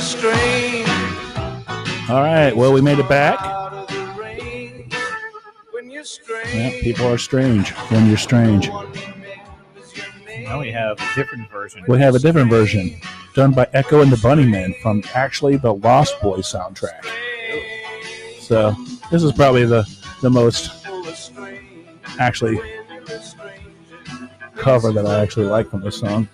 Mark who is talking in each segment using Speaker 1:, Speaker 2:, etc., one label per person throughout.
Speaker 1: strain
Speaker 2: All right. Well, we made it back.
Speaker 1: out of the rain. When you're
Speaker 2: Yeah,
Speaker 1: strange,
Speaker 2: people are strange when you're strange.
Speaker 3: Now we have a different version.
Speaker 2: We have a different version done by Echo and the Bunnymen from actually the Lost Boys soundtrack. So this is probably the the most actually cover that I actually like from this song.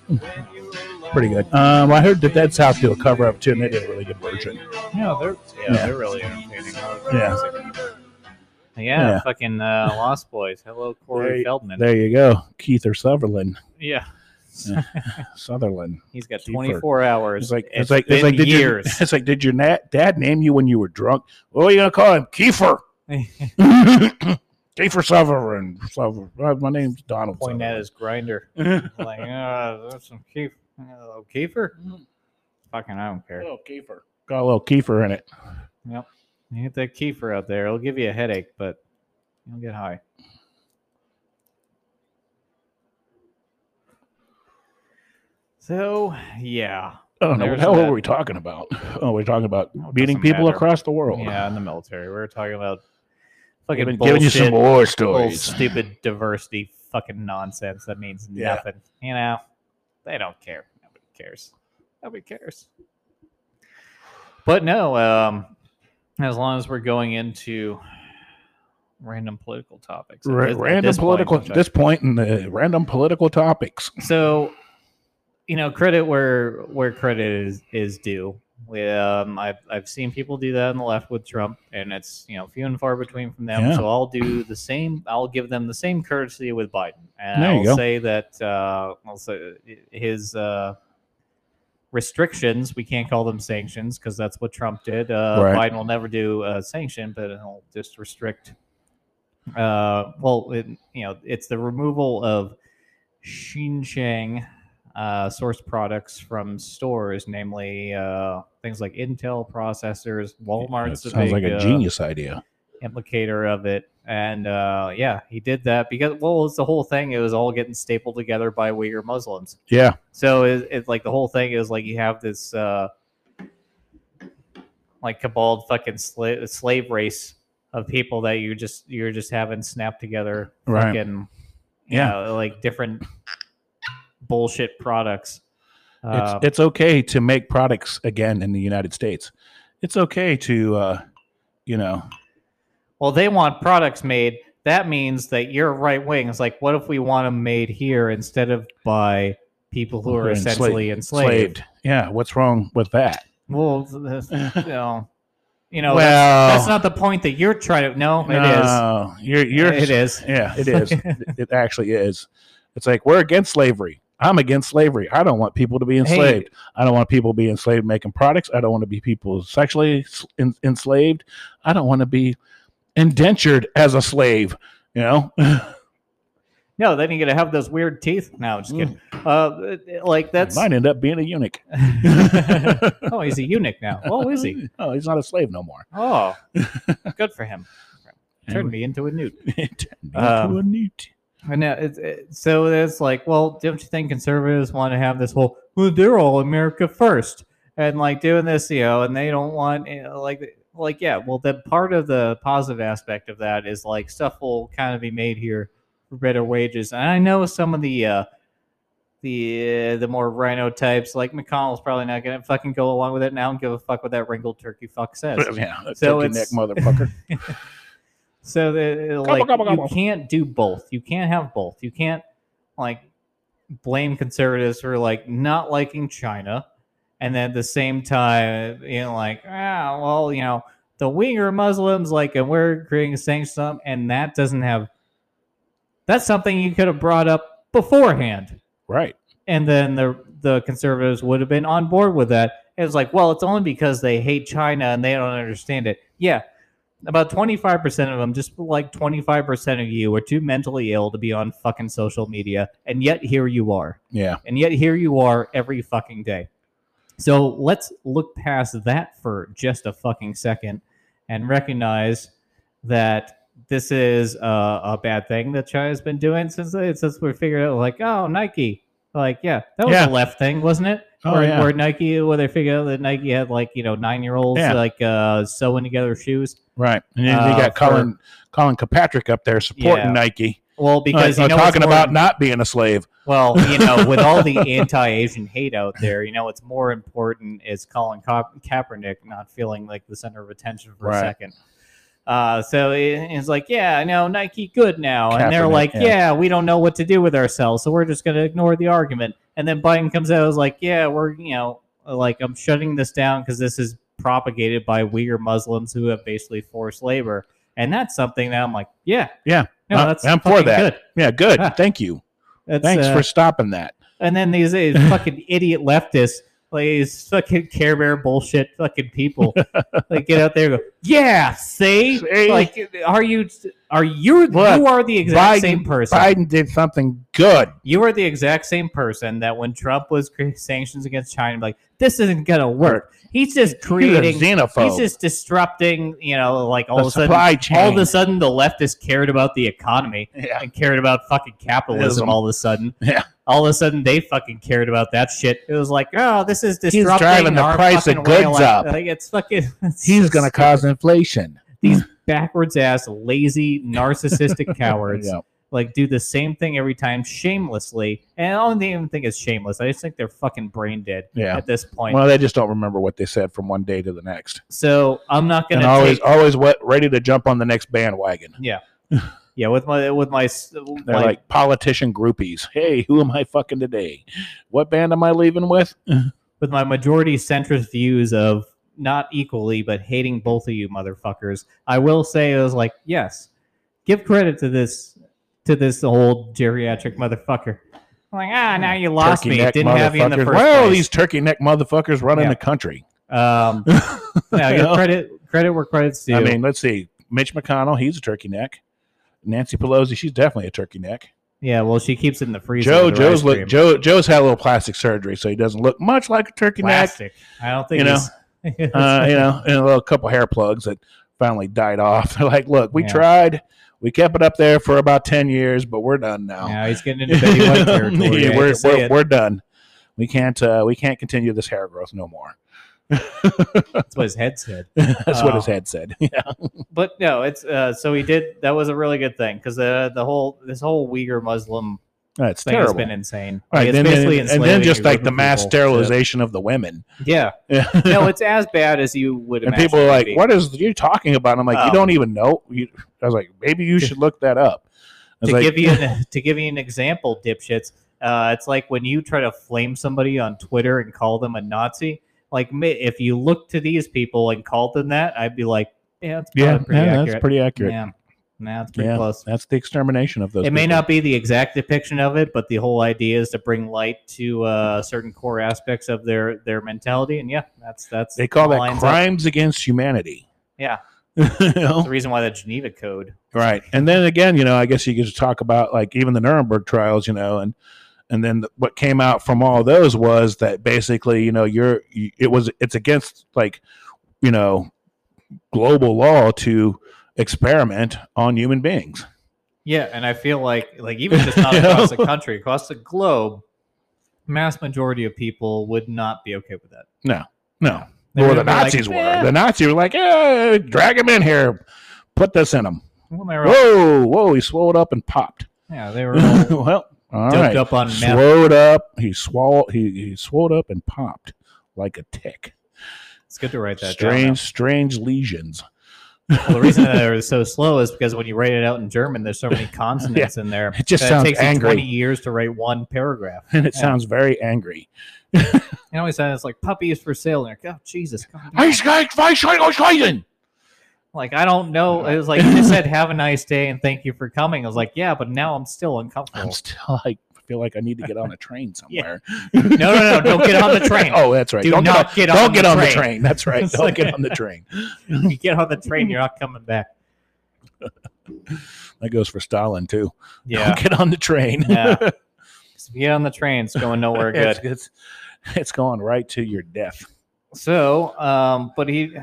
Speaker 2: Pretty good. Um, I heard that Dead South do a cover up too, and they did a really good version.
Speaker 3: No, they're yeah,
Speaker 2: Yeah.
Speaker 3: they're really entertaining.
Speaker 2: Yeah.
Speaker 3: Yeah,
Speaker 2: Yeah.
Speaker 3: fucking uh, Lost Boys. Hello, Corey
Speaker 2: There-
Speaker 3: Feldman.
Speaker 2: There you go, Keith or Sutherland.
Speaker 3: Yeah,
Speaker 2: Sutherland.
Speaker 3: he's got
Speaker 2: Kiefer.
Speaker 3: 24 hours.
Speaker 2: It's like it's, like it's like
Speaker 3: been
Speaker 2: did your,
Speaker 3: years.
Speaker 2: it's like did your na- dad name you when you were drunk? What are you gonna call him? Kiefer. Kiefer Sutherland. Sutherland. Uh, My name's Donald.
Speaker 3: Point at his grinder.
Speaker 2: Sutherland.
Speaker 3: like, uh, that's some Kiefer. Uh, Kiefer? Fucking, I don't care.
Speaker 2: little Kiefer. Got a little Kiefer in it.
Speaker 3: You get that Kiefer out there. It'll give you a headache, but you'll get high. So, yeah.
Speaker 2: I don't know what
Speaker 3: There's
Speaker 2: the hell
Speaker 3: that.
Speaker 2: were we talking about? Oh, we're talking about
Speaker 3: No, it
Speaker 2: beating
Speaker 3: doesn't
Speaker 2: people
Speaker 3: matter.
Speaker 2: across the world.
Speaker 3: Yeah, in the military. We were talking about
Speaker 2: I've
Speaker 3: fucking
Speaker 2: been
Speaker 3: bullshit,
Speaker 2: giving you some war
Speaker 3: bull-
Speaker 2: stories.
Speaker 3: stupid diversity fucking nonsense that means
Speaker 2: Yeah.
Speaker 3: nothing. You know, they don't care. Nobody cares. Nobody cares. But no, um, as long as we're going into random political topics, at
Speaker 2: Ra-
Speaker 3: this- at
Speaker 2: random
Speaker 3: this point,
Speaker 2: political.
Speaker 3: which I-
Speaker 2: At this point in the random political topics.
Speaker 3: so you know credit where where credit is is due we, um, I've, I've seen people do that on the left with trump and it's you know few and far between from them
Speaker 2: Yeah.
Speaker 3: so i'll do the same i'll give them the same courtesy with biden and
Speaker 2: There you
Speaker 3: i'll
Speaker 2: go.
Speaker 3: say that uh, i'll say his uh, restrictions we can't call them sanctions because that's what trump did uh,
Speaker 2: Right.
Speaker 3: biden will never do a sanction but he'll just restrict uh, well, it, you know, it's the removal of Xinjiang uh, source products from stores, namely uh, things like Intel processors. Walmart's
Speaker 2: That
Speaker 3: a
Speaker 2: sounds
Speaker 3: big,
Speaker 2: like a
Speaker 3: uh,
Speaker 2: genius idea.
Speaker 3: implicator of it, and uh, yeah, he did that because well, it's the whole thing. It was all getting stapled together by Uyghur Muslims.
Speaker 2: Yeah.
Speaker 3: So it- it's like the whole thing is like you have this uh, like cabal fucking sla- slave race of people that you just you're just having snapped together
Speaker 2: Right.
Speaker 3: fucking you
Speaker 2: Yeah.
Speaker 3: know, like different bullshit products.
Speaker 2: It's,
Speaker 3: Uh,
Speaker 2: it's okay to make products again in the United States. It's okay to, uh, you know,
Speaker 3: well, they want products made. That means that you're right wing. It's like, what if we want them made here instead of by people who
Speaker 2: Who
Speaker 3: are
Speaker 2: are
Speaker 3: essentially enslaved?
Speaker 2: slaved. Yeah, what's wrong with that?
Speaker 3: Well, th- th- you know, you know that's-
Speaker 2: well,
Speaker 3: that's, not the point that you're trying to. No, it is.
Speaker 2: no, You're, you're,
Speaker 3: it is.
Speaker 2: Yeah, it is. it actually is. It's like we're against slavery. I'm against slavery. I don't want people to be enslaved. I don't want people to be enslaved making products. I don't want to be people sexually s- en- enslaved. I don't want to be indentured as a slave. You know,
Speaker 3: No, then you're gonna have those weird teeth. No, I'm just kidding. Uh,
Speaker 2: Mm.
Speaker 3: like that's.
Speaker 2: might end up being a eunuch.
Speaker 3: oh, he's a eunuch now. Oh, is he?
Speaker 2: Oh, he's not a slave no more.
Speaker 3: Oh, good for him. Turned me into a newt.
Speaker 2: Turned me
Speaker 3: Um,
Speaker 2: into a newt.
Speaker 3: I know. It's, it, so it's like, well, don't you think conservatives want to have this whole, well, they're all America first, and like doing this, you know, and they don't want you know, like, like yeah, well, the part of the positive aspect of that is like stuff will kind of be made here for better wages, and I know some of the. uh the uh, the more rhino types like McConnell's probably not gonna fucking go along with it, and I don't give a fuck what that wrinkled turkey fuck says.
Speaker 2: Yeah, a
Speaker 3: so
Speaker 2: turkey neck
Speaker 3: it's-
Speaker 2: motherfucker.
Speaker 3: So the, like
Speaker 2: gobble,
Speaker 3: you
Speaker 2: gobble.
Speaker 3: can't do both. You can't have both. You can't like blame conservatives for like not liking China, and then at the same time, you know, like ah, well, you know, the Uyghur Muslims like, and we're creating sanctions, on them," and that doesn't have. That's something you could have brought up beforehand,
Speaker 2: right.
Speaker 3: and then the the conservatives would have been on board with that. It was like, well, it's only because they hate China and they don't understand it. Yeah, about 25% of them, just like 25% of you, are too mentally ill to be on fucking social media. And yet here you are.
Speaker 2: Yeah.
Speaker 3: And yet here you are every fucking day. So let's look past that for just a fucking second and recognize that this is a, a bad thing that China's been doing since since we figured out, like, oh, Nike. Like, yeah, that was
Speaker 2: Yeah.
Speaker 3: a left thing, wasn't it?
Speaker 2: Oh,
Speaker 3: where,
Speaker 2: yeah.
Speaker 3: where Nike, where they figure out that Nike had like you know nine year olds
Speaker 2: Yeah.
Speaker 3: like uh, sewing together shoes.
Speaker 2: Right. And then you
Speaker 3: Uh,
Speaker 2: got
Speaker 3: for-
Speaker 2: Colin Colin Kilpatrick up there supporting
Speaker 3: Yeah.
Speaker 2: Nike.
Speaker 3: Well, because
Speaker 2: Uh,
Speaker 3: you
Speaker 2: uh,
Speaker 3: know it's
Speaker 2: talking
Speaker 3: more-
Speaker 2: about not being a slave.
Speaker 3: Well, you know, with all the anti-Asian hate out there, you know what's more important is Colin Ka- Kaepernick not feeling like the center of attention for
Speaker 2: Right.
Speaker 3: a second. Uh, so it, it's like, yeah, no, Nike good now, and they're
Speaker 2: Kaepernick,
Speaker 3: like,
Speaker 2: yeah.
Speaker 3: yeah. we don't know what to do with ourselves, so we're just going to ignore the argument. And then Biden comes out, is like, yeah, we're you know, like I'm shutting this down because this is propagated by Uyghur Muslims who have basically forced labor, and that's something that I'm like, yeah,
Speaker 2: Yeah.
Speaker 3: no,
Speaker 2: I'm-
Speaker 3: that's
Speaker 2: I'm for
Speaker 3: fucking
Speaker 2: that.
Speaker 3: Good.
Speaker 2: Yeah, good.
Speaker 3: Ah.
Speaker 2: Thank you.
Speaker 3: That's,
Speaker 2: Thanks
Speaker 3: uh,
Speaker 2: for stopping that.
Speaker 3: and then these, these fucking idiot leftists, like these fucking Care Bear bullshit fucking people, like get out there and go, yeah, see,
Speaker 2: See?
Speaker 3: like, are you, are you,
Speaker 2: Look,
Speaker 3: you are the
Speaker 2: Biden-
Speaker 3: exact same person.
Speaker 2: Biden did something good.
Speaker 3: You are the exact same person that when Trump was creating sanctions against China, like this isn't gonna work. He's just creating.
Speaker 2: He's a xenophobe.
Speaker 3: He's just disrupting, you know, like all
Speaker 2: the
Speaker 3: of a sudden,
Speaker 2: supply chain.
Speaker 3: all of a sudden, the leftists cared about the economy
Speaker 2: yeah.
Speaker 3: and cared about fucking capitalism
Speaker 2: Ism.
Speaker 3: all of a sudden.
Speaker 2: Yeah.
Speaker 3: All of a sudden, they fucking cared about that shit. It was like, oh, this is
Speaker 2: He's
Speaker 3: disrupting
Speaker 2: driving the
Speaker 3: our
Speaker 2: price of
Speaker 3: fucking way
Speaker 2: goods
Speaker 3: life.
Speaker 2: up.
Speaker 3: Like, it's fucking. it's
Speaker 2: He's
Speaker 3: just
Speaker 2: going to cause inflation.
Speaker 3: backwards ass, lazy, narcissistic cowards.
Speaker 2: Yeah.
Speaker 3: Like do the same thing every time, shamelessly. And I don't even think it's shameless. I just think they're fucking brain dead
Speaker 2: Yeah.
Speaker 3: at this point.
Speaker 2: Well, they just don't remember what they said from one day to the next,
Speaker 3: so I'm not gonna
Speaker 2: and always
Speaker 3: take.
Speaker 2: always wet, ready to jump on the next bandwagon.
Speaker 3: Yeah, with my with my s-
Speaker 2: They're
Speaker 3: my-
Speaker 2: like, politician groupies. Hey, who am I fucking today? What band am I leaving with?
Speaker 3: with my majority centrist views of not equally, but hating both of you motherfuckers, I will say it was like, yes, give credit to this to this old geriatric motherfucker. I'm like, ah, now you lost me. It didn't have you in the
Speaker 2: motherfuckers.
Speaker 3: first
Speaker 2: Well,
Speaker 3: place.
Speaker 2: these turkey neck motherfuckers running
Speaker 3: Yeah.
Speaker 2: the country.
Speaker 3: um, no,
Speaker 2: You
Speaker 3: give
Speaker 2: know?
Speaker 3: credit credit where credit's due.
Speaker 2: I mean, let's see. Mitch McConnell, he's a turkey neck. Nancy Pelosi, she's definitely a turkey neck.
Speaker 3: yeah, well, she keeps it in the freezer.
Speaker 2: Joe,
Speaker 3: with the
Speaker 2: Joe's
Speaker 3: rice
Speaker 2: look.
Speaker 3: cream.
Speaker 2: Joe, Joe's had a little plastic surgery, so he doesn't look much like a turkey neck.
Speaker 3: plastic. I don't think
Speaker 2: You know,
Speaker 3: he's-
Speaker 2: uh, you know, and a little couple hair plugs that finally died off. They're like, look, we
Speaker 3: Yeah.
Speaker 2: tried, we kept it up there for about ten years, but we're done now.
Speaker 3: Yeah, he's getting into Betty White territory.
Speaker 2: Yeah,
Speaker 3: I hate
Speaker 2: we're,
Speaker 3: to say
Speaker 2: we're,
Speaker 3: it.
Speaker 2: we're done. We can't uh, we can't continue this hair growth no more.
Speaker 3: That's what his head said.
Speaker 2: That's what his
Speaker 3: Oh.
Speaker 2: head said. Yeah,
Speaker 3: but no, it's uh, so he did. That was a really good thing because uh, the whole this whole Uyghur Muslim
Speaker 2: that's
Speaker 3: thing
Speaker 2: terrible.
Speaker 3: has been insane.
Speaker 2: All right,
Speaker 3: Like, it's
Speaker 2: then-
Speaker 3: basically
Speaker 2: and, and then
Speaker 3: enslaving
Speaker 2: just
Speaker 3: a
Speaker 2: like
Speaker 3: group
Speaker 2: the
Speaker 3: of
Speaker 2: mass
Speaker 3: people.
Speaker 2: sterilization of the women.
Speaker 3: Yeah,
Speaker 2: Yeah.
Speaker 3: no, it's as bad as you would.
Speaker 2: and
Speaker 3: imagine
Speaker 2: people
Speaker 3: it
Speaker 2: are
Speaker 3: would
Speaker 2: like,
Speaker 3: be.
Speaker 2: "What is you talking about?" I'm like, "You
Speaker 3: Oh.
Speaker 2: don't even know." You, I was like, "Maybe you should look that up." I was
Speaker 3: To
Speaker 2: like,
Speaker 3: give you an, to give you an example, dipshits, uh, it's like when you try to flame somebody on Twitter and call them a Nazi. Like, ma- if you look to these people and called them that, I'd be like, yeah, it's
Speaker 2: "Yeah,
Speaker 3: probably pretty
Speaker 2: yeah,
Speaker 3: accurate.
Speaker 2: that's pretty accurate.
Speaker 3: Yeah, no, it's pretty
Speaker 2: Yeah.
Speaker 3: close.
Speaker 2: That's the extermination of those."
Speaker 3: it may
Speaker 2: people.
Speaker 3: not be the exact depiction of it, but the whole idea is to bring light to uh, certain core aspects of their their mentality. And yeah, that's that's
Speaker 2: They call
Speaker 3: lines
Speaker 2: that
Speaker 3: up.
Speaker 2: crimes against humanity.
Speaker 3: Yeah.
Speaker 2: You know?
Speaker 3: the reason why the Geneva Code.
Speaker 2: Right. And then again, you know, I guess you could just talk about like even the Nuremberg trials, you know, and and then the, what came out from all those was that basically, you know, you're you, it was it's against like, you know, global law to experiment on human beings.
Speaker 3: Yeah, and I feel like like even just not across the country, across the globe, mass majority of people would not be okay with that.
Speaker 2: No.
Speaker 3: They
Speaker 2: or
Speaker 3: would
Speaker 2: the
Speaker 3: be like,
Speaker 2: Nazis were.
Speaker 3: "Eh,
Speaker 2: The Nazis were like, "Yeah, drag him in here. Put this in him."
Speaker 3: what am I wrong?"
Speaker 2: Whoa, whoa, he swallowed up and popped.
Speaker 3: Yeah, they were all doped
Speaker 2: well, all right.
Speaker 3: up on meth.
Speaker 2: Swallowed up. He swallowed. He, he swallowed up and popped like a tick.
Speaker 3: It's good to write that down.
Speaker 2: strange, strange lesions.
Speaker 3: now. Well, the reason that they're so slow is because when you write it out in German, there's so many consonants in there.
Speaker 2: It just
Speaker 3: that
Speaker 2: sounds
Speaker 3: it takes
Speaker 2: angry.
Speaker 3: you 20 years to write one paragraph.
Speaker 2: And it
Speaker 3: Yeah.
Speaker 2: sounds very angry.
Speaker 3: And always sounds like puppies for sale. And you're like, oh Jesus, calm down.
Speaker 2: Right.
Speaker 3: like I don't know. It was like you just said, have a nice day and thank you for coming. I was like, yeah, but now I'm still
Speaker 2: I'm
Speaker 3: uncomfortable.
Speaker 2: still like, I feel like I need to get on a train somewhere.
Speaker 3: no, no, no, don't get on the train.
Speaker 2: oh, that's right.
Speaker 3: Do
Speaker 2: don't
Speaker 3: not
Speaker 2: get
Speaker 3: get
Speaker 2: on,
Speaker 3: on,
Speaker 2: don't get on the train. That's right.
Speaker 3: It's
Speaker 2: Don't
Speaker 3: like-
Speaker 2: get on the train.
Speaker 3: you get on the train, you're not coming back.
Speaker 2: That goes for Stalin too.
Speaker 3: Yeah,
Speaker 2: Don't get on the train.
Speaker 3: yeah. 'Cause if you get on the train, it's going nowhere
Speaker 2: it's,
Speaker 3: good.
Speaker 2: it's, it's going right to your death.
Speaker 3: So, um, but he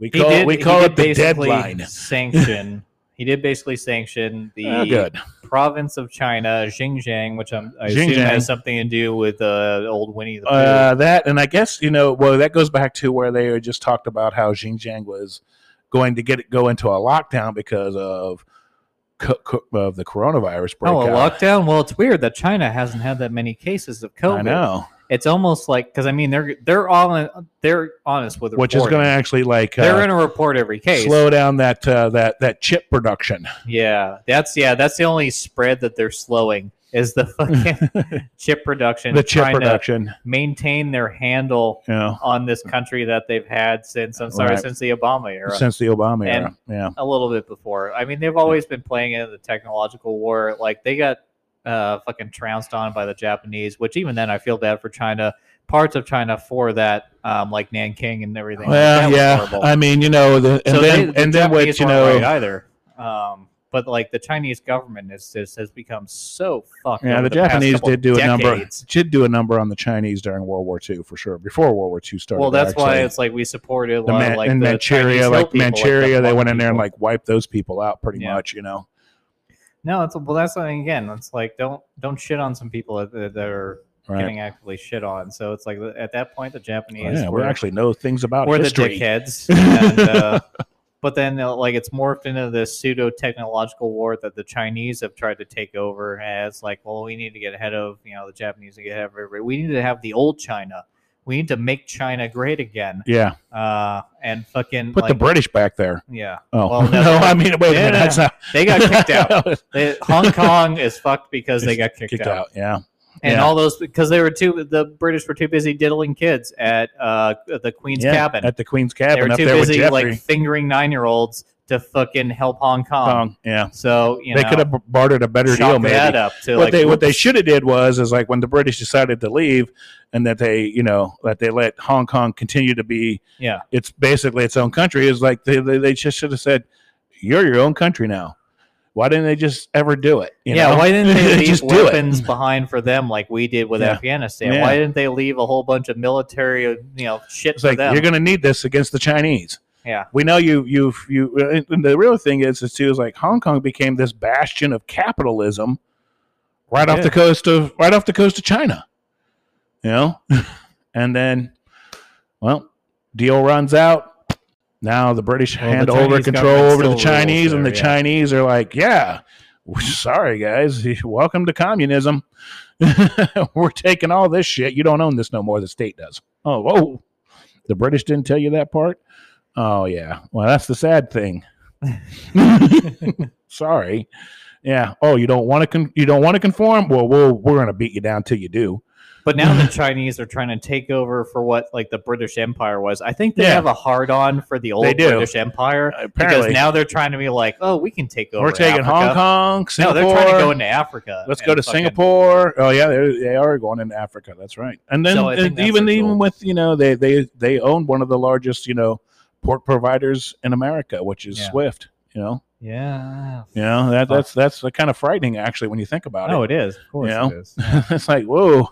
Speaker 2: We
Speaker 3: he
Speaker 2: call
Speaker 3: did
Speaker 2: we call
Speaker 3: he
Speaker 2: it
Speaker 3: did
Speaker 2: the
Speaker 3: basically
Speaker 2: deadline.
Speaker 3: sanction. He did basically sanction the
Speaker 2: Oh, good.
Speaker 3: province of China, Xinjiang, which I'm, I assume
Speaker 2: Xinjiang.
Speaker 3: has something to do with uh, old Winnie the Pooh.
Speaker 2: Uh, that and I guess you know. Well, that goes back to where they just talked about how Xinjiang was going to get go into a lockdown because of co- co- of the coronavirus breakout.
Speaker 3: oh, a lockdown. Well, it's weird that China hasn't had that many cases of COVID.
Speaker 2: I know,
Speaker 3: It's almost like because I mean they're they're all they're honest with
Speaker 2: which is
Speaker 3: reporting.
Speaker 2: going to actually like
Speaker 3: they're
Speaker 2: uh,
Speaker 3: going to report every case.
Speaker 2: slow down that uh, that that chip production.
Speaker 3: Yeah, that's yeah, that's the only spread that they're slowing is the fucking chip production.
Speaker 2: the chip
Speaker 3: trying
Speaker 2: production,
Speaker 3: to maintain their handle
Speaker 2: you know,
Speaker 3: on this country that they've had since I'm
Speaker 2: Mm.
Speaker 3: sorry,
Speaker 2: Right.
Speaker 3: since the Obama era.
Speaker 2: since the Obama
Speaker 3: And-
Speaker 2: era. Yeah,
Speaker 3: a little bit before. I mean, they've always been playing in the technological war. Like they got uh, fucking trounced on by the Japanese, which even then I feel bad for China. Parts of China for that, um, like Nanking and everything. like that
Speaker 2: well,
Speaker 3: was
Speaker 2: yeah.
Speaker 3: horrible.
Speaker 2: I mean, you know, the, and
Speaker 3: so
Speaker 2: then
Speaker 3: they,
Speaker 2: and then what
Speaker 3: Japanese
Speaker 2: you
Speaker 3: weren't
Speaker 2: know.
Speaker 3: right either. Um, but like the Chinese government is, is has become so fucked.
Speaker 2: Yeah,
Speaker 3: over
Speaker 2: the,
Speaker 3: past
Speaker 2: Japanese
Speaker 3: couple
Speaker 2: did do a number.
Speaker 3: decades.
Speaker 2: Did do a number on the Chinese during World War II for sure. Before World War II started.
Speaker 3: Well, that's why
Speaker 2: actually.
Speaker 3: it's like we supported a
Speaker 2: the
Speaker 3: lot
Speaker 2: man,
Speaker 3: of like
Speaker 2: in
Speaker 3: the Chinese
Speaker 2: Manchuria,
Speaker 3: hill
Speaker 2: like
Speaker 3: people, the
Speaker 2: Manchuria, they
Speaker 3: Hmong
Speaker 2: went in there and
Speaker 3: people.
Speaker 2: like wiped those people out pretty
Speaker 3: Yeah.
Speaker 2: much. You know,
Speaker 3: no, it's well, that's something again. It's like don't don't shit on some people that, that are
Speaker 2: right? Oh,
Speaker 3: getting actively shit on. So it's like at that point, the Japanese
Speaker 2: yeah,
Speaker 3: were
Speaker 2: we actually know things about
Speaker 3: were the
Speaker 2: history.
Speaker 3: dickheads. And, uh, but then, uh, like, it's morphed into this pseudo technological war that the Chinese have tried to take over as, like, well, we need to get ahead of you know the Japanese and get ahead of everybody. We need to have the old China. We need to make China great again.
Speaker 2: yeah,
Speaker 3: Uh, and fucking
Speaker 2: put the
Speaker 3: like,
Speaker 2: British back there.
Speaker 3: yeah,
Speaker 2: Oh
Speaker 3: Well,
Speaker 2: no,
Speaker 3: no,
Speaker 2: I mean, wait a
Speaker 3: yeah,
Speaker 2: minute,
Speaker 3: no,
Speaker 2: that's not
Speaker 3: they got kicked out. They, Hong Kong is fucked because they got kicked,
Speaker 2: kicked
Speaker 3: out.
Speaker 2: out. Yeah,
Speaker 3: and
Speaker 2: Yeah.
Speaker 3: all those because they were too the British were too busy diddling kids at uh the Queen's
Speaker 2: yeah,
Speaker 3: cabin.
Speaker 2: at the Queen's
Speaker 3: they
Speaker 2: cabin
Speaker 3: were
Speaker 2: up
Speaker 3: too
Speaker 2: there with
Speaker 3: busy
Speaker 2: Jeffrey.
Speaker 3: like fingering nine year olds to fucking help Hong Kong.
Speaker 2: Kong, Yeah,
Speaker 3: So um, you
Speaker 2: they
Speaker 3: know,
Speaker 2: could have bartered a better deal,
Speaker 3: chalk
Speaker 2: maybe.
Speaker 3: that up to
Speaker 2: what
Speaker 3: like
Speaker 2: they what they
Speaker 3: whoops.
Speaker 2: should have did was is like when the British decided to leave and that they you know that they let Hong Kong continue to be
Speaker 3: Yeah.
Speaker 2: it's basically its own country is like they, they, they just should have said you're your own country now why didn't they just ever do it you
Speaker 3: yeah,
Speaker 2: know?
Speaker 3: why didn't they leave
Speaker 2: just do
Speaker 3: weapons
Speaker 2: it
Speaker 3: behind for them like we did with
Speaker 2: Yeah.
Speaker 3: Afghanistan?
Speaker 2: Yeah.
Speaker 3: Why didn't they leave a whole bunch of military, you know, shit
Speaker 2: it's
Speaker 3: for
Speaker 2: like
Speaker 3: them?
Speaker 2: you're gonna need this against the Chinese
Speaker 3: yeah,
Speaker 2: we know you you you and the real thing is is too is like Hong Kong became this bastion of capitalism right
Speaker 3: It
Speaker 2: off the
Speaker 3: did.
Speaker 2: coast of right off the coast of China. You know? and then well, deal runs out. Now the British
Speaker 3: Well, the
Speaker 2: hand over
Speaker 3: Chinese
Speaker 2: control
Speaker 3: government
Speaker 2: over to the
Speaker 3: still rules
Speaker 2: Chinese and
Speaker 3: there,
Speaker 2: the
Speaker 3: yeah.
Speaker 2: Chinese are like, yeah, sorry guys, welcome to communism. We're taking all this shit. You don't own this no more. The state does. Oh, whoa. The British didn't tell you that part? Oh yeah. Well, that's the sad thing. Sorry. Yeah. Oh, you don't want to con- you don't want to conform? Well, we'll we're going to beat you down till you do.
Speaker 3: But now the Chinese are trying to take over for what like the British Empire was. I think they
Speaker 2: Yeah.
Speaker 3: have a hard on for the old
Speaker 2: They do. Uh,
Speaker 3: British Empire
Speaker 2: Apparently.
Speaker 3: because now they're trying to be like, oh, we can take over.
Speaker 2: we're taking Hong
Speaker 3: Africa.
Speaker 2: Kong,
Speaker 3: No,
Speaker 2: Singapore.
Speaker 3: they're trying to go into Africa.
Speaker 2: Let's
Speaker 3: and
Speaker 2: go to
Speaker 3: fucking-
Speaker 2: Singapore. Oh yeah, they, they are going into Africa. That's right. And then
Speaker 3: So I think
Speaker 2: and
Speaker 3: that's
Speaker 2: even
Speaker 3: their
Speaker 2: even
Speaker 3: goal.
Speaker 2: with you know they they they own one of the largest you know pork providers in America, which is
Speaker 3: Yeah.
Speaker 2: Swift. You know,
Speaker 3: Yeah.
Speaker 2: you know that
Speaker 3: Fuck.
Speaker 2: that's that's kind of frightening actually when you think about
Speaker 3: No,
Speaker 2: it.
Speaker 3: it is. Of course
Speaker 2: You know?
Speaker 3: it is.
Speaker 2: it's like whoa,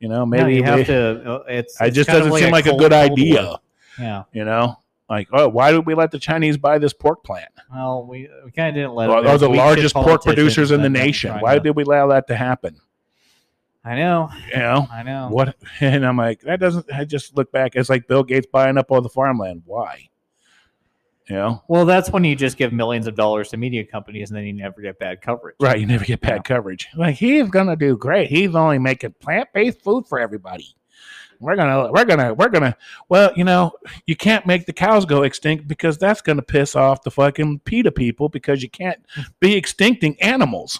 Speaker 2: you know
Speaker 3: Maybe
Speaker 2: maybe
Speaker 3: no, you
Speaker 2: we-
Speaker 3: have to. uh, It's.
Speaker 2: it
Speaker 3: it's
Speaker 2: just
Speaker 3: kind of
Speaker 2: doesn't seem like a
Speaker 3: cold-
Speaker 2: good
Speaker 3: cold
Speaker 2: idea.
Speaker 3: war. Yeah.
Speaker 2: You know, like oh, why did we let the Chinese buy this pork plant?
Speaker 3: Well, we, we kind of didn't let.
Speaker 2: Well,
Speaker 3: them.
Speaker 2: They're the
Speaker 3: We shit
Speaker 2: largest pork
Speaker 3: politicians
Speaker 2: producers in the
Speaker 3: and then
Speaker 2: nation.
Speaker 3: trying
Speaker 2: Why
Speaker 3: to-
Speaker 2: did we allow that to happen?
Speaker 3: I know.
Speaker 2: You know
Speaker 3: I know.
Speaker 2: what? And I'm like, that doesn't. I just look back. It's like Bill Gates buying up all the farmland. Why? You know,
Speaker 3: Well, that's when you just give millions of dollars to media companies and then you never get bad coverage.
Speaker 2: right? You never get bad coverage. Like he's gonna do great. He's only making plant based food for everybody. We're gonna, we're gonna, we're gonna. Well, you know, you can't make the cows go extinct because that's gonna piss off the fucking PETA people because you can't
Speaker 3: Hmm.
Speaker 2: be extincting animals,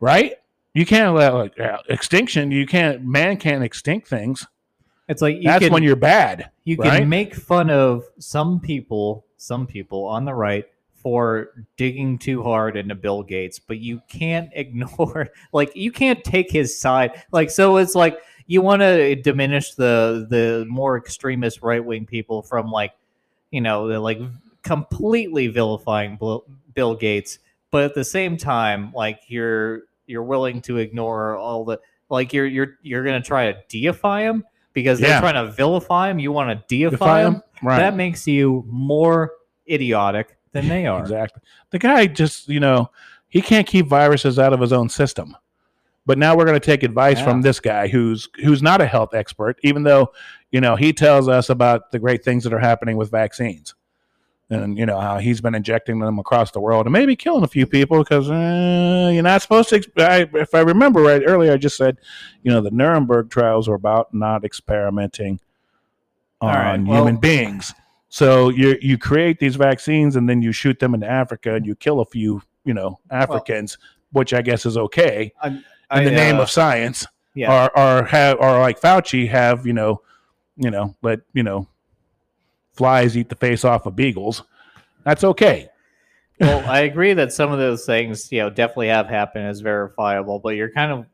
Speaker 2: right? You can't let like, uh, extinction. You can't. Man can't extinct things.
Speaker 3: It's like you
Speaker 2: that's
Speaker 3: can,
Speaker 2: when you're bad.
Speaker 3: You
Speaker 2: right?
Speaker 3: can make fun of some people, some people on the right for digging too hard into Bill Gates, but you can't ignore like you can't take his side. Like so it's like you want to diminish the the more extremist right-wing people from like you know, they're like completely vilifying Bill, Bill Gates, but at the same time like you're you're willing to ignore all the like you're you're you're going to try to deify him because they're
Speaker 2: Yeah.
Speaker 3: trying to vilify him, you want to deify,
Speaker 2: Defy
Speaker 3: him.
Speaker 2: 'em? Right.
Speaker 3: That makes you more idiotic than they are.
Speaker 2: Exactly. The guy just, you know, he can't keep viruses out of his own system. But now we're going to take advice from
Speaker 3: Yeah.
Speaker 2: this guy who's who's not a health expert, even though you know he tells us about the great things that are happening with vaccines, and you know how he's been injecting them across the world and maybe killing a few people because uh, you're not supposed to. ex- I, if I remember right earlier, I just said, you know, the Nuremberg trials were about not experimenting
Speaker 3: All
Speaker 2: on
Speaker 3: right, well-
Speaker 2: human beings. So you you create these vaccines and then you shoot them into Africa and you kill a few, you know, Africans, which I guess is okay in
Speaker 3: I,
Speaker 2: the name
Speaker 3: uh,
Speaker 2: of science.
Speaker 3: yeah.
Speaker 2: Or or have or like Fauci have, you know, you know, let, you know, flies eat the face off of beagles. That's okay.
Speaker 3: well, I agree that some of those things, you know, definitely have happened as verifiable, but you're kind of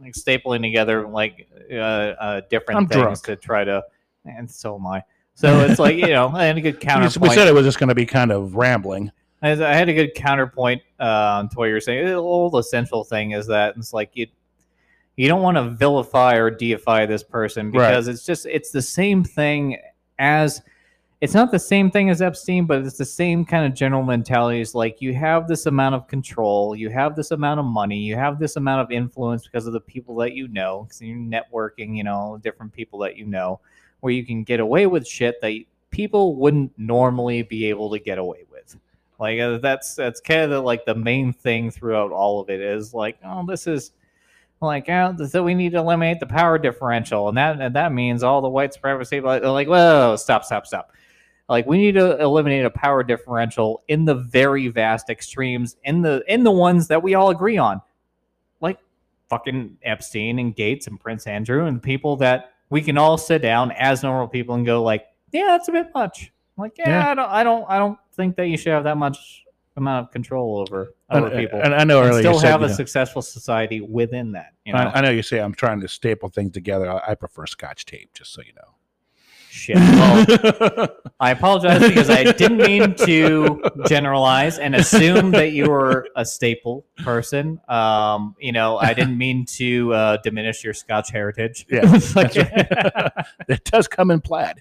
Speaker 3: like stapling together like uh, uh, different
Speaker 2: I'm
Speaker 3: things
Speaker 2: drunk.
Speaker 3: to try to, and so am I. So it's like you know, and a good
Speaker 2: We
Speaker 3: counterpoint.
Speaker 2: said it was just going to be kind of rambling.
Speaker 3: As I had a good counterpoint um, to what you're saying. The whole essential thing is that it's like you you don't want to vilify or deify this person
Speaker 2: Right.
Speaker 3: because it's just it's the same thing as it's not the same thing as Epstein, but it's the same kind of general mentalities. Like you have this amount of control, you have this amount of money, you have this amount of influence because of the people that you know, because you're networking, you know, different people that you know, where you can get away with shit that people wouldn't normally be able to get away with. Like uh, that's that's kind of the, like the main thing throughout all of it is like, oh, this is like, oh, so we need to eliminate the power differential, and that and that means all the white supremacy. Like, like, whoa, stop, stop, stop. Like we need to eliminate a power differential in the very vast extremes, in the in the ones that we all agree on, like fucking Epstein and Gates and Prince Andrew and people that we can all sit down as normal people and go like, yeah, that's a bit much. I'm like, yeah,
Speaker 2: Yeah.
Speaker 3: I don't, I don't, I don't think that you should have that much amount of control over
Speaker 2: And,
Speaker 3: other people.
Speaker 2: and I know
Speaker 3: and
Speaker 2: earlier you
Speaker 3: still
Speaker 2: said,
Speaker 3: have
Speaker 2: you
Speaker 3: a
Speaker 2: know-
Speaker 3: successful society within that. You know,
Speaker 2: I, I know you say I'm trying to staple things together. I, I prefer Scotch tape, just so you know.
Speaker 3: shit. Well, I apologize because I didn't mean to generalize and assume that you were a staple person. Um, you know, I didn't mean to uh, diminish your Scotch heritage.
Speaker 2: Yeah,
Speaker 3: It's like-
Speaker 2: it does come in plaid.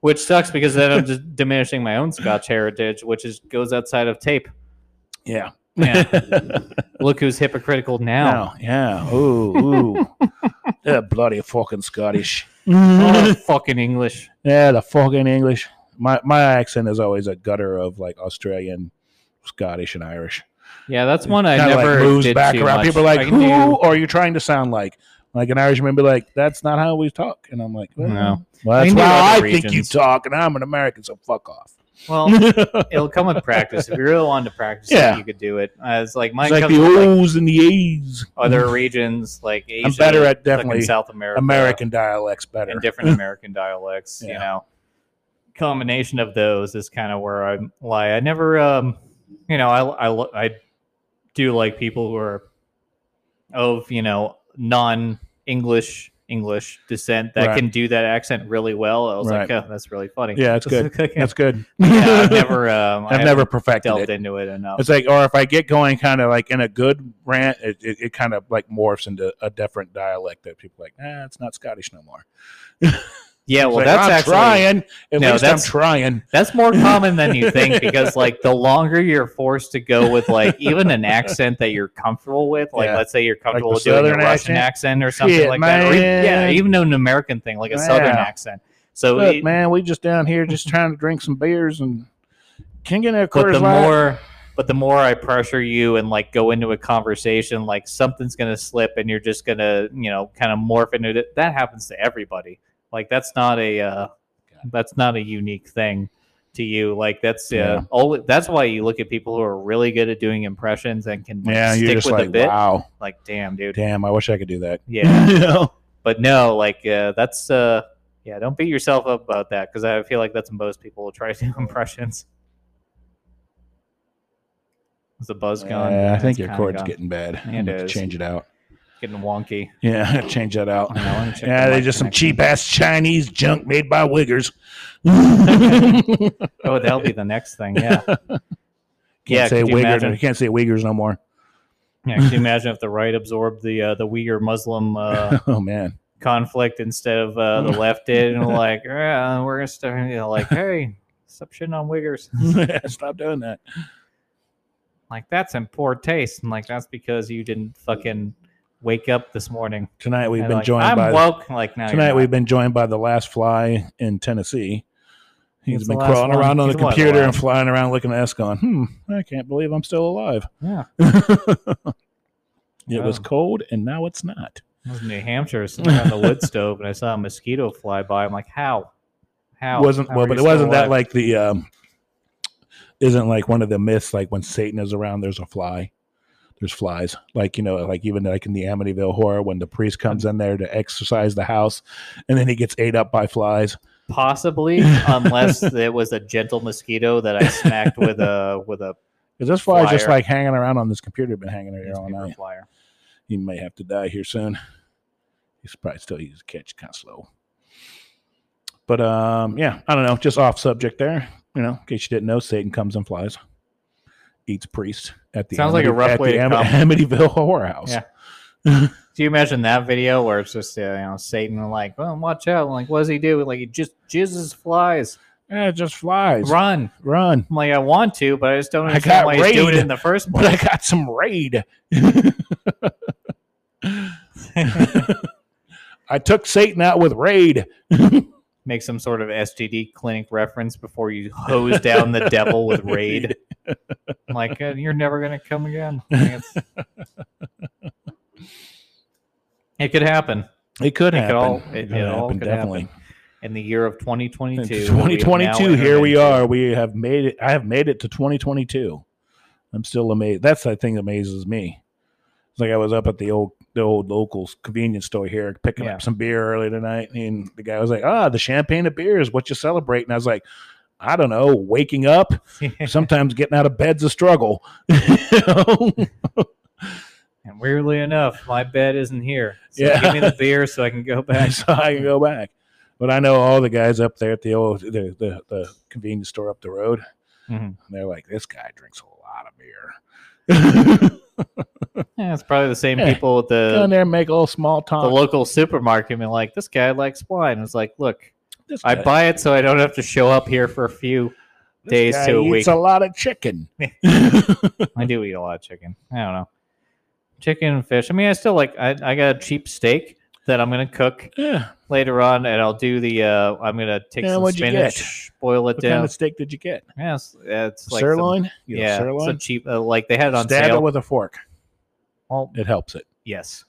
Speaker 3: which sucks because then I'm just diminishing my own Scotch heritage, which is goes outside of tape.
Speaker 2: Yeah.
Speaker 3: Yeah. Look who's hypocritical now.
Speaker 2: Oh, yeah. Ooh, ooh. They're bloody fucking Scottish.
Speaker 3: Oh, fucking English.
Speaker 2: Yeah, the fucking English. My my accent is always a gutter of like Australian, Scottish, and Irish.
Speaker 3: Yeah, that's one I
Speaker 2: Kinda,
Speaker 3: never
Speaker 2: like moves
Speaker 3: did
Speaker 2: back
Speaker 3: too
Speaker 2: around.
Speaker 3: much.
Speaker 2: People are
Speaker 3: I
Speaker 2: like,
Speaker 3: can
Speaker 2: who
Speaker 3: do-
Speaker 2: are you trying to sound like? Like an Irishman be like, that's not how we talk. And I'm like, well,
Speaker 3: No.
Speaker 2: well,
Speaker 3: I
Speaker 2: that's
Speaker 3: can do
Speaker 2: how I
Speaker 3: other
Speaker 2: think you
Speaker 3: regions.
Speaker 2: talk, and I'm an American, so fuck off.
Speaker 3: Well, it'll come with practice. If you really wanted to practice,
Speaker 2: Yeah.
Speaker 3: it, you could do it. Uh, it's like mine
Speaker 2: It's like
Speaker 3: comes
Speaker 2: the
Speaker 3: with, like,
Speaker 2: O's and the A's.
Speaker 3: other regions like Asia.
Speaker 2: better at
Speaker 3: fucking
Speaker 2: definitely
Speaker 3: South America,
Speaker 2: American dialects better.
Speaker 3: and different American dialects.
Speaker 2: Yeah.
Speaker 3: You know, combination of those is kind of where I lie. I never, um, you know, I, I lo- I do like people who are of you know non English English descent that
Speaker 2: Right.
Speaker 3: can do that accent really well. I was
Speaker 2: Right.
Speaker 3: like, oh, that's really funny.
Speaker 2: Yeah, it's good. That's good.
Speaker 3: yeah, I've never, um, I
Speaker 2: I've
Speaker 3: haven't
Speaker 2: never perfected
Speaker 3: delved
Speaker 2: it.
Speaker 3: into it enough.
Speaker 2: It's like, or if I get going kind of like in a good rant, it, it, it kind of like morphs into a different dialect that people are like, ah, it's not Scottish no more.
Speaker 3: Yeah, well,
Speaker 2: It's like,
Speaker 3: that's
Speaker 2: I'm
Speaker 3: actually
Speaker 2: trying. At
Speaker 3: No,
Speaker 2: least I'm
Speaker 3: that's-
Speaker 2: trying.
Speaker 3: that's more common than you think because like the longer you're forced to go with like even an accent that you're comfortable with, like
Speaker 2: Yeah.
Speaker 3: let's say you're comfortable
Speaker 2: the
Speaker 3: with doing a
Speaker 2: Southern
Speaker 3: Russian accent or something
Speaker 2: Shit,
Speaker 3: like that, or even, yeah,
Speaker 2: man.
Speaker 3: even though an American thing like a Southern
Speaker 2: Yeah.
Speaker 3: accent. So
Speaker 2: Look,
Speaker 3: it-
Speaker 2: man, we just down here just trying to drink some beers and can get a
Speaker 3: but
Speaker 2: Coors
Speaker 3: the
Speaker 2: Light.
Speaker 3: more but the more I pressure you and like go into a conversation, like something's gonna slip and you're just gonna you know kind of morph into it. That happens to everybody. Like that's not a uh, that's not a unique thing to you. Like that's uh,
Speaker 2: Yeah.
Speaker 3: all. That's why you look at people who are really good at doing impressions and can like,
Speaker 2: yeah,
Speaker 3: stick
Speaker 2: you're just
Speaker 3: with a
Speaker 2: like,
Speaker 3: bit.
Speaker 2: wow,
Speaker 3: Like damn, dude.
Speaker 2: damn, I wish I could do that.
Speaker 3: Yeah,
Speaker 2: You know?
Speaker 3: but no, like uh, that's uh, yeah. Don't beat yourself up about that because I feel like that's most people who try to do impressions. Is the buzz gone?
Speaker 2: Yeah, I think
Speaker 3: It's
Speaker 2: your
Speaker 3: kinda
Speaker 2: cord's
Speaker 3: gone.
Speaker 2: getting bad. I'm
Speaker 3: It
Speaker 2: gonna have to
Speaker 3: is.
Speaker 2: Change it out.
Speaker 3: getting wonky.
Speaker 2: Yeah, change that out.
Speaker 3: I know, let me check
Speaker 2: Yeah,
Speaker 3: the
Speaker 2: they're
Speaker 3: mic
Speaker 2: just some
Speaker 3: connection.
Speaker 2: cheap ass Chinese junk made by Wiggers.
Speaker 3: Oh, that'll be the next thing. Yeah.
Speaker 2: Can't
Speaker 3: yeah.
Speaker 2: say
Speaker 3: Could you
Speaker 2: Wiggers.
Speaker 3: imagine?
Speaker 2: You can't say Uyghurs no more.
Speaker 3: Yeah, could you imagine if the right absorbed the uh, the Uyghur Muslim uh,
Speaker 2: Oh man.
Speaker 3: conflict instead of uh, the left did, and were like, yeah, we're gonna start you know, like, hey, stop shitting on Wiggers.
Speaker 2: Stop doing that.
Speaker 3: like that's in poor taste, and like that's because you didn't fucking wake up this morning.
Speaker 2: Tonight we've
Speaker 3: And,
Speaker 2: been
Speaker 3: like,
Speaker 2: joined
Speaker 3: I'm
Speaker 2: by
Speaker 3: woke. Like now
Speaker 2: tonight we've been joined by the last fly in Tennessee.
Speaker 3: What's
Speaker 2: He's
Speaker 3: the
Speaker 2: been
Speaker 3: last
Speaker 2: crawling
Speaker 3: one?
Speaker 2: around on
Speaker 3: He's
Speaker 2: the
Speaker 3: what, the
Speaker 2: computer and
Speaker 3: last-
Speaker 2: flying around looking at us going, hmm, I can't believe I'm still alive.
Speaker 3: yeah.
Speaker 2: it was
Speaker 3: Oh.
Speaker 2: cold and now it's not.
Speaker 3: I was in New Hampshire sitting on the wood stove, and I saw a mosquito fly by. I'm like, how? How?
Speaker 2: wasn't
Speaker 3: How
Speaker 2: well,
Speaker 3: are
Speaker 2: but
Speaker 3: you
Speaker 2: it wasn't
Speaker 3: still
Speaker 2: that
Speaker 3: alive?
Speaker 2: like the um isn't like one of the myths like when Satan is around there's a fly. There's flies. Like, you know, like even like in the Amityville horror when the priest comes in there to exorcise the house and then he gets ate up by flies.
Speaker 3: possibly, unless it was a gentle mosquito that I smacked with a with a
Speaker 2: Because this fly's just
Speaker 3: Flyer.
Speaker 2: like hanging around on this computer, been hanging here all
Speaker 3: newspaper
Speaker 2: night.
Speaker 3: flyer.
Speaker 2: He may have to die here soon. He's probably still he's catch kind of slow. But um, yeah, I don't know. Just off subject there. You know, in case you didn't know, Satan comes and flies, eats priest at the
Speaker 3: Sounds like a rough
Speaker 2: at
Speaker 3: way
Speaker 2: the
Speaker 3: to
Speaker 2: Am-
Speaker 3: come.
Speaker 2: Amityville horror house.
Speaker 3: Yeah. Do you imagine that video where it's just uh, you know Satan like, well, watch out! Like, what does he do? Like, he just jizzes flies.
Speaker 2: Yeah, it just flies. Run,
Speaker 3: Run! I'm like, I want to, but I just don't
Speaker 2: I
Speaker 3: understand
Speaker 2: got
Speaker 3: why he's doing
Speaker 2: raid.
Speaker 3: it in the first
Speaker 2: but
Speaker 3: place.
Speaker 2: I got some raid. I took Satan out with raid.
Speaker 3: Make some sort of STD clinic reference before you hose down the devil with raid. I'm like, uh, you're never gonna come again. Like, it's- it could happen
Speaker 2: It could
Speaker 3: It could
Speaker 2: happen.
Speaker 3: all- it- it all could
Speaker 2: definitely.
Speaker 3: in the year of 2022. that we have now
Speaker 2: 2022 here
Speaker 3: entered
Speaker 2: we
Speaker 3: into.
Speaker 2: are we have made it i have made it to 2022 i'm still amazed that's the thing that amazes me it's like i was up at the old the old local convenience store here picking
Speaker 3: Yeah.
Speaker 2: up some beer early tonight and the guy was like ah the champagne of beer is what you celebrate and i was like i don't know waking up sometimes getting out of bed's a struggle You know?
Speaker 3: And weirdly enough, my bed isn't here. So
Speaker 2: Yeah.
Speaker 3: give me the beer so I can go back.
Speaker 2: so I can go back. But I know all the guys up there at the old the the, the convenience store up the road.
Speaker 3: Mhm.
Speaker 2: They're like, this guy drinks a lot of beer.
Speaker 3: Yeah, it's probably the same
Speaker 2: Yeah.
Speaker 3: people
Speaker 2: Down
Speaker 3: at the
Speaker 2: there, and make all small
Speaker 3: the
Speaker 2: talk.
Speaker 3: local supermarket and like, this guy likes wine. It's like, look,
Speaker 2: This
Speaker 3: I
Speaker 2: guy-
Speaker 3: buy it so I don't have to show up here for a few.
Speaker 2: this
Speaker 3: days
Speaker 2: guy
Speaker 3: to a
Speaker 2: eats
Speaker 3: week.
Speaker 2: a lot of chicken.
Speaker 3: I do eat a lot of chicken. I don't know. Chicken and fish. I mean, I still like I, I got a cheap steak that I'm gonna cook
Speaker 2: yeah.
Speaker 3: later on and I'll do the uh I'm gonna take
Speaker 2: Yeah,
Speaker 3: some
Speaker 2: what'd you get?
Speaker 3: spinach, boil it
Speaker 2: What
Speaker 3: down.
Speaker 2: kind of steak did you get?
Speaker 3: yeah, it's, it's like some-
Speaker 2: sirloin. You got
Speaker 3: yeah,
Speaker 2: sirloin.
Speaker 3: so cheap. Uh, like they had it on
Speaker 2: Stab
Speaker 3: sale.
Speaker 2: it with a fork.
Speaker 3: well,
Speaker 2: It helps it.
Speaker 3: Yes.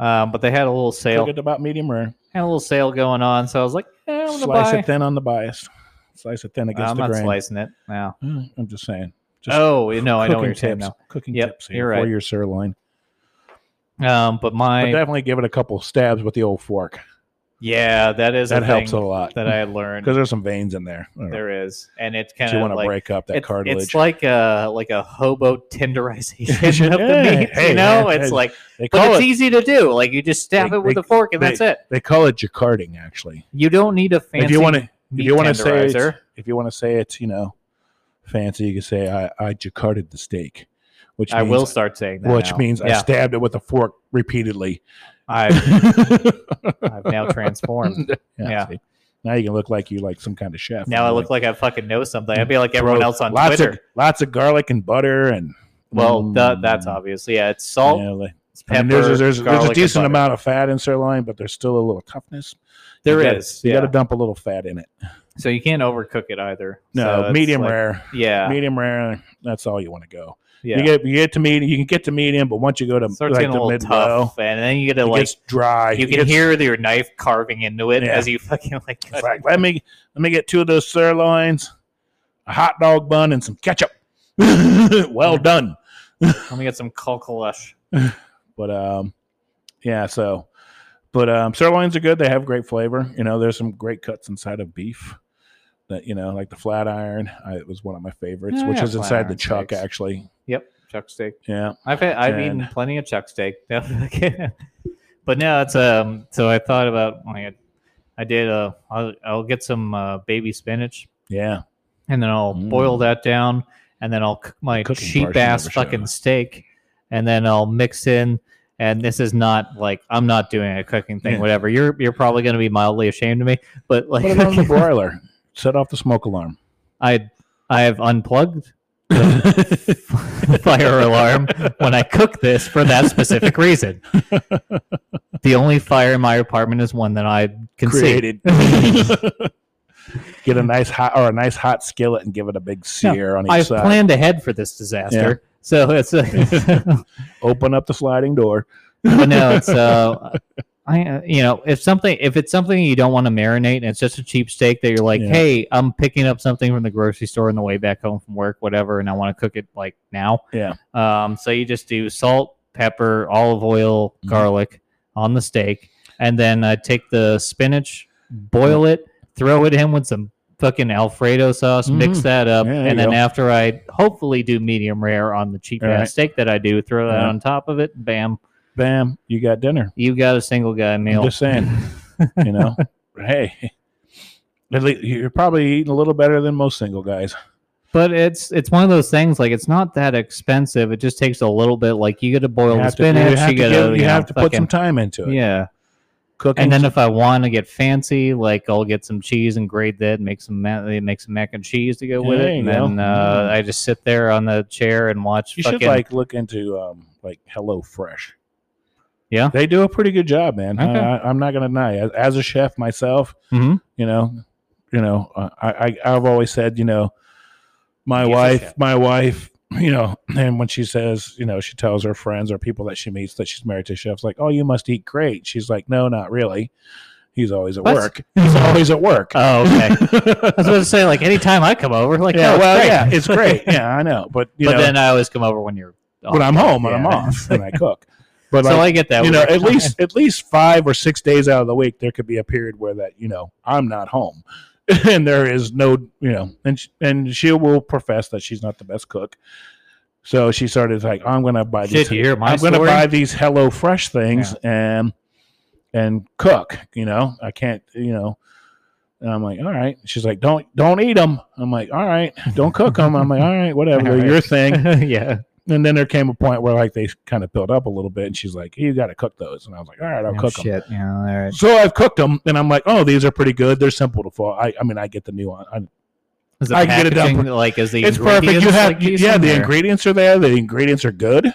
Speaker 3: Um, but they had a little sale,
Speaker 2: Cook it about medium rare.
Speaker 3: had a little sale going on, so I was like, eh, I'm gonna
Speaker 2: Slice
Speaker 3: buy.
Speaker 2: it thin on the bias. Slice it thin against
Speaker 3: I'm
Speaker 2: the
Speaker 3: not
Speaker 2: grain.
Speaker 3: slicing it now.
Speaker 2: Mm, I'm just saying. Just
Speaker 3: Oh, you know, I know what
Speaker 2: cooking
Speaker 3: you're saying
Speaker 2: tips. Cooking
Speaker 3: Yep,
Speaker 2: tips
Speaker 3: you're
Speaker 2: here
Speaker 3: right.
Speaker 2: for your sirloin.
Speaker 3: now. Um, but
Speaker 2: But
Speaker 3: my
Speaker 2: definitely give it a couple stabs with the old fork.
Speaker 3: yeah, that is
Speaker 2: That
Speaker 3: a
Speaker 2: helps a
Speaker 3: thing
Speaker 2: lot
Speaker 3: that I
Speaker 2: because
Speaker 3: had learned.
Speaker 2: there's some veins in there. I don't know
Speaker 3: There is, and it's
Speaker 2: if
Speaker 3: kind
Speaker 2: you
Speaker 3: of
Speaker 2: want to
Speaker 3: like
Speaker 2: break up that
Speaker 3: it's,
Speaker 2: cartilage.
Speaker 3: it's like a like a hobo tenderization of the
Speaker 2: Yeah,
Speaker 3: meat.
Speaker 2: hey,
Speaker 3: you know,
Speaker 2: man,
Speaker 3: it's
Speaker 2: hey,
Speaker 3: like,
Speaker 2: they
Speaker 3: but
Speaker 2: call
Speaker 3: it's
Speaker 2: it
Speaker 3: easy to do. Like you just stab
Speaker 2: They-
Speaker 3: it with
Speaker 2: they-
Speaker 3: a fork, and
Speaker 2: they-
Speaker 3: that's it.
Speaker 2: they call it jacarding actually.
Speaker 3: You don't need a fancy.
Speaker 2: if you want to if
Speaker 3: meat
Speaker 2: you want to say it's,
Speaker 3: tenderizer.
Speaker 2: if you want to say it's you know fancy, you can say I I jacarded the steak, which
Speaker 3: I
Speaker 2: means,
Speaker 3: will start saying that.
Speaker 2: which
Speaker 3: now.
Speaker 2: means I
Speaker 3: yeah,
Speaker 2: stabbed it with a fork repeatedly.
Speaker 3: I've, I've now transformed. Yeah.
Speaker 2: see? Now you can look like you like some kind of chef.
Speaker 3: Now I
Speaker 2: You're
Speaker 3: look like I fucking know something. I'd be like everyone
Speaker 2: Bro,
Speaker 3: else on
Speaker 2: Mm. lots
Speaker 3: Twitter.
Speaker 2: Of, lots of garlic and butter and
Speaker 3: well, that,
Speaker 2: Mm,
Speaker 3: that's obvious. Yeah, it's salt,
Speaker 2: yeah, like-
Speaker 3: it's
Speaker 2: I mean,
Speaker 3: pepper,
Speaker 2: there's, there's, there's a
Speaker 3: garlic, and
Speaker 2: decent
Speaker 3: butter.
Speaker 2: amount of fat in sirloin, but there's still a little toughness.
Speaker 3: There
Speaker 2: you gotta-
Speaker 3: is,
Speaker 2: you
Speaker 3: yeah.
Speaker 2: got to dump a little fat in it.
Speaker 3: so you can't overcook it either. So
Speaker 2: No,
Speaker 3: it's
Speaker 2: medium
Speaker 3: like-
Speaker 2: rare,
Speaker 3: Yeah,
Speaker 2: medium rare. That's all you want to go.
Speaker 3: yeah.
Speaker 2: You get you get to medium. You can get to medium, but once you go to
Speaker 3: starts
Speaker 2: like
Speaker 3: getting a
Speaker 2: the
Speaker 3: little
Speaker 2: mid low,
Speaker 3: tough, and then you get to
Speaker 2: it
Speaker 3: like
Speaker 2: gets dry.
Speaker 3: you
Speaker 2: It
Speaker 3: can
Speaker 2: gets-
Speaker 3: hear your knife carving into it
Speaker 2: Yeah.
Speaker 3: as you fucking like.
Speaker 2: it's like, let me let me get two of those sirloins, a hot dog bun, and some ketchup. well done.
Speaker 3: Let me get some kalkalash.
Speaker 2: But um, yeah. So, but um, sirloins are good. They have great flavor. You know, there's some great cuts inside of beef. That you know, like the flat iron, I, it was one of my favorites,
Speaker 3: Yeah,
Speaker 2: which
Speaker 3: yeah,
Speaker 2: is
Speaker 3: flat
Speaker 2: inside the
Speaker 3: iron
Speaker 2: chuck
Speaker 3: steaks.
Speaker 2: actually.
Speaker 3: Yep, chuck steak.
Speaker 2: Yeah,
Speaker 3: I've had, I've
Speaker 2: And-
Speaker 3: eaten plenty of chuck steak, but now it's um. So I thought about I, I did uh. I'll, I'll get some uh, baby spinach.
Speaker 2: yeah.
Speaker 3: and then I'll
Speaker 2: Mm.
Speaker 3: boil that down, and then I'll cook my
Speaker 2: Cooking
Speaker 3: cheap
Speaker 2: parts you
Speaker 3: ass
Speaker 2: never showed
Speaker 3: fucking
Speaker 2: us.
Speaker 3: steak, and then I'll mix in. And this is not like I'm not doing a cooking thing,
Speaker 2: Yeah.
Speaker 3: whatever. You're you're probably going to be mildly ashamed of me, but like
Speaker 2: Put it on the broiler. Set off the smoke alarm.
Speaker 3: I I have unplugged the fire alarm when I cook this for that specific reason. The only fire in my apartment is one that I can
Speaker 2: Created.
Speaker 3: see.
Speaker 2: Get a nice hot or a nice hot skillet and give it a big sear on each
Speaker 3: I've
Speaker 2: side.
Speaker 3: planned ahead for this disaster. So it's uh,
Speaker 2: Open up the sliding door.
Speaker 3: but no, it's uh, I uh, you know if something if it's something you don't want to marinate and it's just a cheap steak that you're like,
Speaker 2: Yeah.
Speaker 3: hey, I'm picking up something from the grocery store on the way back home from work, whatever, and I want to cook it like now.
Speaker 2: Yeah.
Speaker 3: Um, so you just do salt, pepper, olive oil,
Speaker 2: Mhm.
Speaker 3: garlic on the steak, and then uh, take the spinach, boil it, throw it in with some fucking Alfredo sauce, mix
Speaker 2: Mhm.
Speaker 3: that up,
Speaker 2: Yeah, there
Speaker 3: and
Speaker 2: you
Speaker 3: then
Speaker 2: go.
Speaker 3: after I hopefully do medium rare on the cheap
Speaker 2: All
Speaker 3: ass
Speaker 2: right.
Speaker 3: steak that I do, throw that
Speaker 2: Yeah.
Speaker 3: on top of it, bam,
Speaker 2: Bam, you got dinner.
Speaker 3: you got a single guy meal.
Speaker 2: I'm just saying, you know. hey. At least you're probably eating a little better than most single guys.
Speaker 3: But it's it's one of those things like it's not that expensive. It just takes a little bit. Like you got to boil
Speaker 2: you
Speaker 3: the
Speaker 2: have to, you
Speaker 3: spinach.
Speaker 2: have
Speaker 3: you
Speaker 2: to,
Speaker 3: got
Speaker 2: give-
Speaker 3: to
Speaker 2: you have to put some time into it.
Speaker 3: yeah.
Speaker 2: Cooking
Speaker 3: And then if I want to get fancy, like I'll get some cheese and grate that, and make some ma- make some mac and cheese to go with
Speaker 2: There
Speaker 3: it,
Speaker 2: you
Speaker 3: and
Speaker 2: go.
Speaker 3: then uh, I just sit there on the chair and watch.
Speaker 2: You
Speaker 3: fucking,
Speaker 2: should like look into um like Hello Fresh.
Speaker 3: Yeah?
Speaker 2: they do a pretty good job, man.
Speaker 3: Okay.
Speaker 2: I, I, I'm not gonna deny. As, as a chef myself,
Speaker 3: Mhm.
Speaker 2: you know, you know, uh, I, I I've always said, you know, my
Speaker 3: He's a
Speaker 2: wife,
Speaker 3: chef.
Speaker 2: my wife, you know, and when she says, you know, she tells her friends or people that she meets that she's married to chefs, like, oh, you must eat great. She's like, no, not really. He's always at
Speaker 3: What?
Speaker 2: work. He's always at work.
Speaker 3: oh okay. I was about to say like anytime I come over, like
Speaker 2: yeah,
Speaker 3: oh,
Speaker 2: well,
Speaker 3: great.
Speaker 2: yeah, it's great. Yeah, I know, but you
Speaker 3: but
Speaker 2: know,
Speaker 3: then I always come over when you're
Speaker 2: when I'm home and I'm
Speaker 3: Yeah.
Speaker 2: off and I cook. But
Speaker 3: so
Speaker 2: like,
Speaker 3: I get that.
Speaker 2: you know,
Speaker 3: weird.
Speaker 2: at least at least five or six days out of the week, there could be a period where that you know I'm not home, and there is no you know, and sh- and she will profess that she's not the best cook. So she started like, I'm gonna buy these.
Speaker 3: Shit, you hear my
Speaker 2: I'm gonna
Speaker 3: story?
Speaker 2: buy these Hello Fresh things and and cook. You know, I can't. You know. And I'm like, all right. She's like, don't don't eat them. I'm like, all right, don't cook them. I'm like, all right, whatever,
Speaker 3: All
Speaker 2: they're
Speaker 3: right.
Speaker 2: your thing
Speaker 3: yeah.
Speaker 2: and then there came a point where like they kind of built up a little bit, and she's like, "You got to cook those," and I was like, "All right, I'll
Speaker 3: Oh,
Speaker 2: cook them."
Speaker 3: shit. Yeah, all right.
Speaker 2: So I've cooked them, and I'm like, "Oh, these are pretty good. They're simple to follow." I, I mean, I get the nuance. I,
Speaker 3: Is the
Speaker 2: I can get it down
Speaker 3: packaging, Like, is the
Speaker 2: it's perfect. You
Speaker 3: ingredients,
Speaker 2: have
Speaker 3: like, decent,
Speaker 2: yeah, the
Speaker 3: or-
Speaker 2: ingredients are there. The ingredients are good.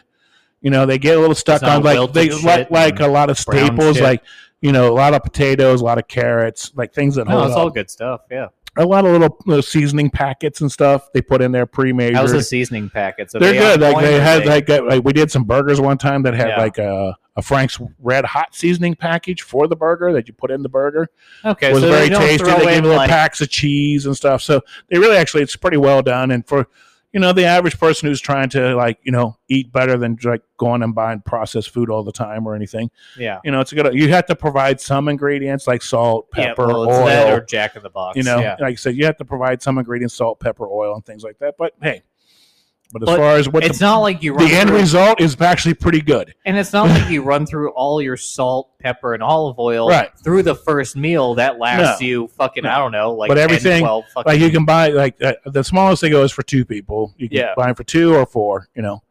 Speaker 2: You know, they get a little stuck
Speaker 3: It's not
Speaker 2: on like
Speaker 3: wilted
Speaker 2: they
Speaker 3: shit
Speaker 2: like like a lot of
Speaker 3: brown
Speaker 2: staples,
Speaker 3: shit.
Speaker 2: like you know, a lot of potatoes, a lot of carrots, like things that
Speaker 3: No,
Speaker 2: hold
Speaker 3: it's
Speaker 2: up.
Speaker 3: all good stuff. Yeah.
Speaker 2: a lot of little, little seasoning packets and stuff they put in there pre-made.
Speaker 3: How's the seasoning packets? Are
Speaker 2: they're
Speaker 3: they
Speaker 2: good.
Speaker 3: on
Speaker 2: Like
Speaker 3: point,
Speaker 2: they
Speaker 3: or
Speaker 2: had
Speaker 3: they-
Speaker 2: like, uh, like we did some burgers one time that had
Speaker 3: Yeah.
Speaker 2: like a, a Frank's Red Hot seasoning package for the burger that you put in the burger.
Speaker 3: okay,
Speaker 2: It was
Speaker 3: so
Speaker 2: very
Speaker 3: they don't
Speaker 2: tasty.
Speaker 3: throw
Speaker 2: They gave
Speaker 3: in,
Speaker 2: little
Speaker 3: like,
Speaker 2: packs of cheese and stuff. So they really actually it's pretty well done. And for you know the average person who's trying to like you know eat better than like going and buying processed food all the time or anything,
Speaker 3: yeah,
Speaker 2: you know it's a good. You have to provide some ingredients like salt,
Speaker 3: Yeah,
Speaker 2: pepper,
Speaker 3: well, it's
Speaker 2: oil,
Speaker 3: that or Jack in the Box.
Speaker 2: you know,
Speaker 3: yeah.
Speaker 2: like I said, you have to provide some ingredients, salt, pepper, oil, and things like that. But hey, but as
Speaker 3: But
Speaker 2: far as what the
Speaker 3: it's not like you run
Speaker 2: the end
Speaker 3: through,
Speaker 2: result is actually pretty good.
Speaker 3: and it's not like you run through all your salt, pepper, and olive oil
Speaker 2: Right.
Speaker 3: through the first meal. That lasts you fucking
Speaker 2: No.
Speaker 3: I don't know, like
Speaker 2: But
Speaker 3: 10,
Speaker 2: everything,
Speaker 3: 12 fucking,
Speaker 2: Like you can buy like uh, the smallest they go is for two people. You can
Speaker 3: Yeah.
Speaker 2: buy them for two or four, you know.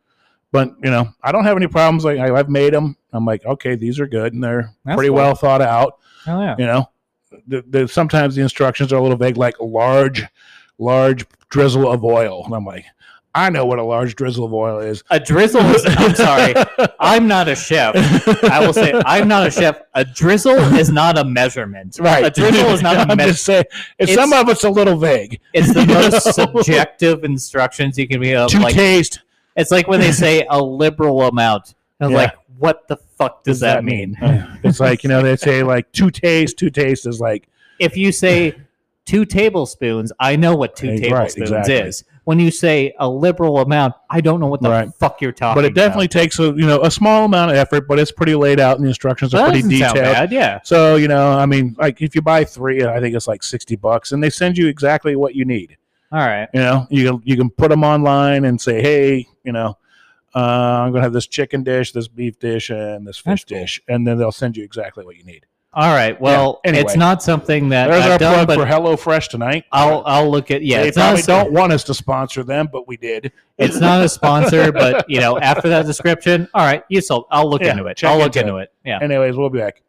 Speaker 2: But you know, I don't have any problems. Like I, I've made them. I'm like, okay, these are good, and they're
Speaker 3: That's
Speaker 2: pretty
Speaker 3: cool.
Speaker 2: well thought out.
Speaker 3: oh yeah,
Speaker 2: You know, the, the, sometimes the instructions are a little vague, like large, large drizzle of oil, and I'm like, I know what a large drizzle of oil is.
Speaker 3: a drizzle. Is, I'm sorry, I'm not a chef. I will say I'm not a chef. A drizzle is not a measurement.
Speaker 2: right.
Speaker 3: A drizzle is not a
Speaker 2: I'm
Speaker 3: measurement.
Speaker 2: just saying, it's,
Speaker 3: It's-
Speaker 2: some of it's a little vague
Speaker 3: It's the
Speaker 2: You
Speaker 3: most
Speaker 2: know?
Speaker 3: subjective instructions you can be of.
Speaker 2: to
Speaker 3: Like
Speaker 2: taste.
Speaker 3: it's like when they say a liberal amount. I was
Speaker 2: Yeah.
Speaker 3: like, what the fuck does, that, mean?
Speaker 2: it's like you know they say like two taste, two taste is like
Speaker 3: if you say two tablespoons, I know what two
Speaker 2: Right,
Speaker 3: tablespoons
Speaker 2: exactly.
Speaker 3: is. When you say a liberal amount, I don't know what the
Speaker 2: Right.
Speaker 3: fuck you're talking.
Speaker 2: but it definitely takes a you know a small amount of effort, but it's pretty laid out and the instructions
Speaker 3: about.
Speaker 2: are
Speaker 3: That
Speaker 2: pretty
Speaker 3: doesn't sound
Speaker 2: detailed.
Speaker 3: bad, Yeah,
Speaker 2: So you know, I mean, like if you buy three, I think it's like sixty bucks, and they send you exactly what you need.
Speaker 3: all right.
Speaker 2: You know, you can you can put them online and say, hey, you know, uh, I'm gonna have this chicken dish, this beef dish, and this
Speaker 3: That's
Speaker 2: fish
Speaker 3: cool.
Speaker 2: dish, and then they'll send you exactly what you need.
Speaker 3: All right. Well,
Speaker 2: anyway.
Speaker 3: it's not something that
Speaker 2: There's our
Speaker 3: I've
Speaker 2: plug
Speaker 3: done, but
Speaker 2: for HelloFresh tonight.
Speaker 3: I'll I'll look at. Yeah,
Speaker 2: they
Speaker 3: it's not,
Speaker 2: probably
Speaker 3: a, don't.
Speaker 2: don't want us to sponsor them, but we did.
Speaker 3: it's not a sponsor, but you know, after that description, all right, you sold. I'll look
Speaker 2: Yeah,
Speaker 3: into it.
Speaker 2: check
Speaker 3: I'll look
Speaker 2: into
Speaker 3: into it. Yeah.
Speaker 2: Anyways, we'll be back.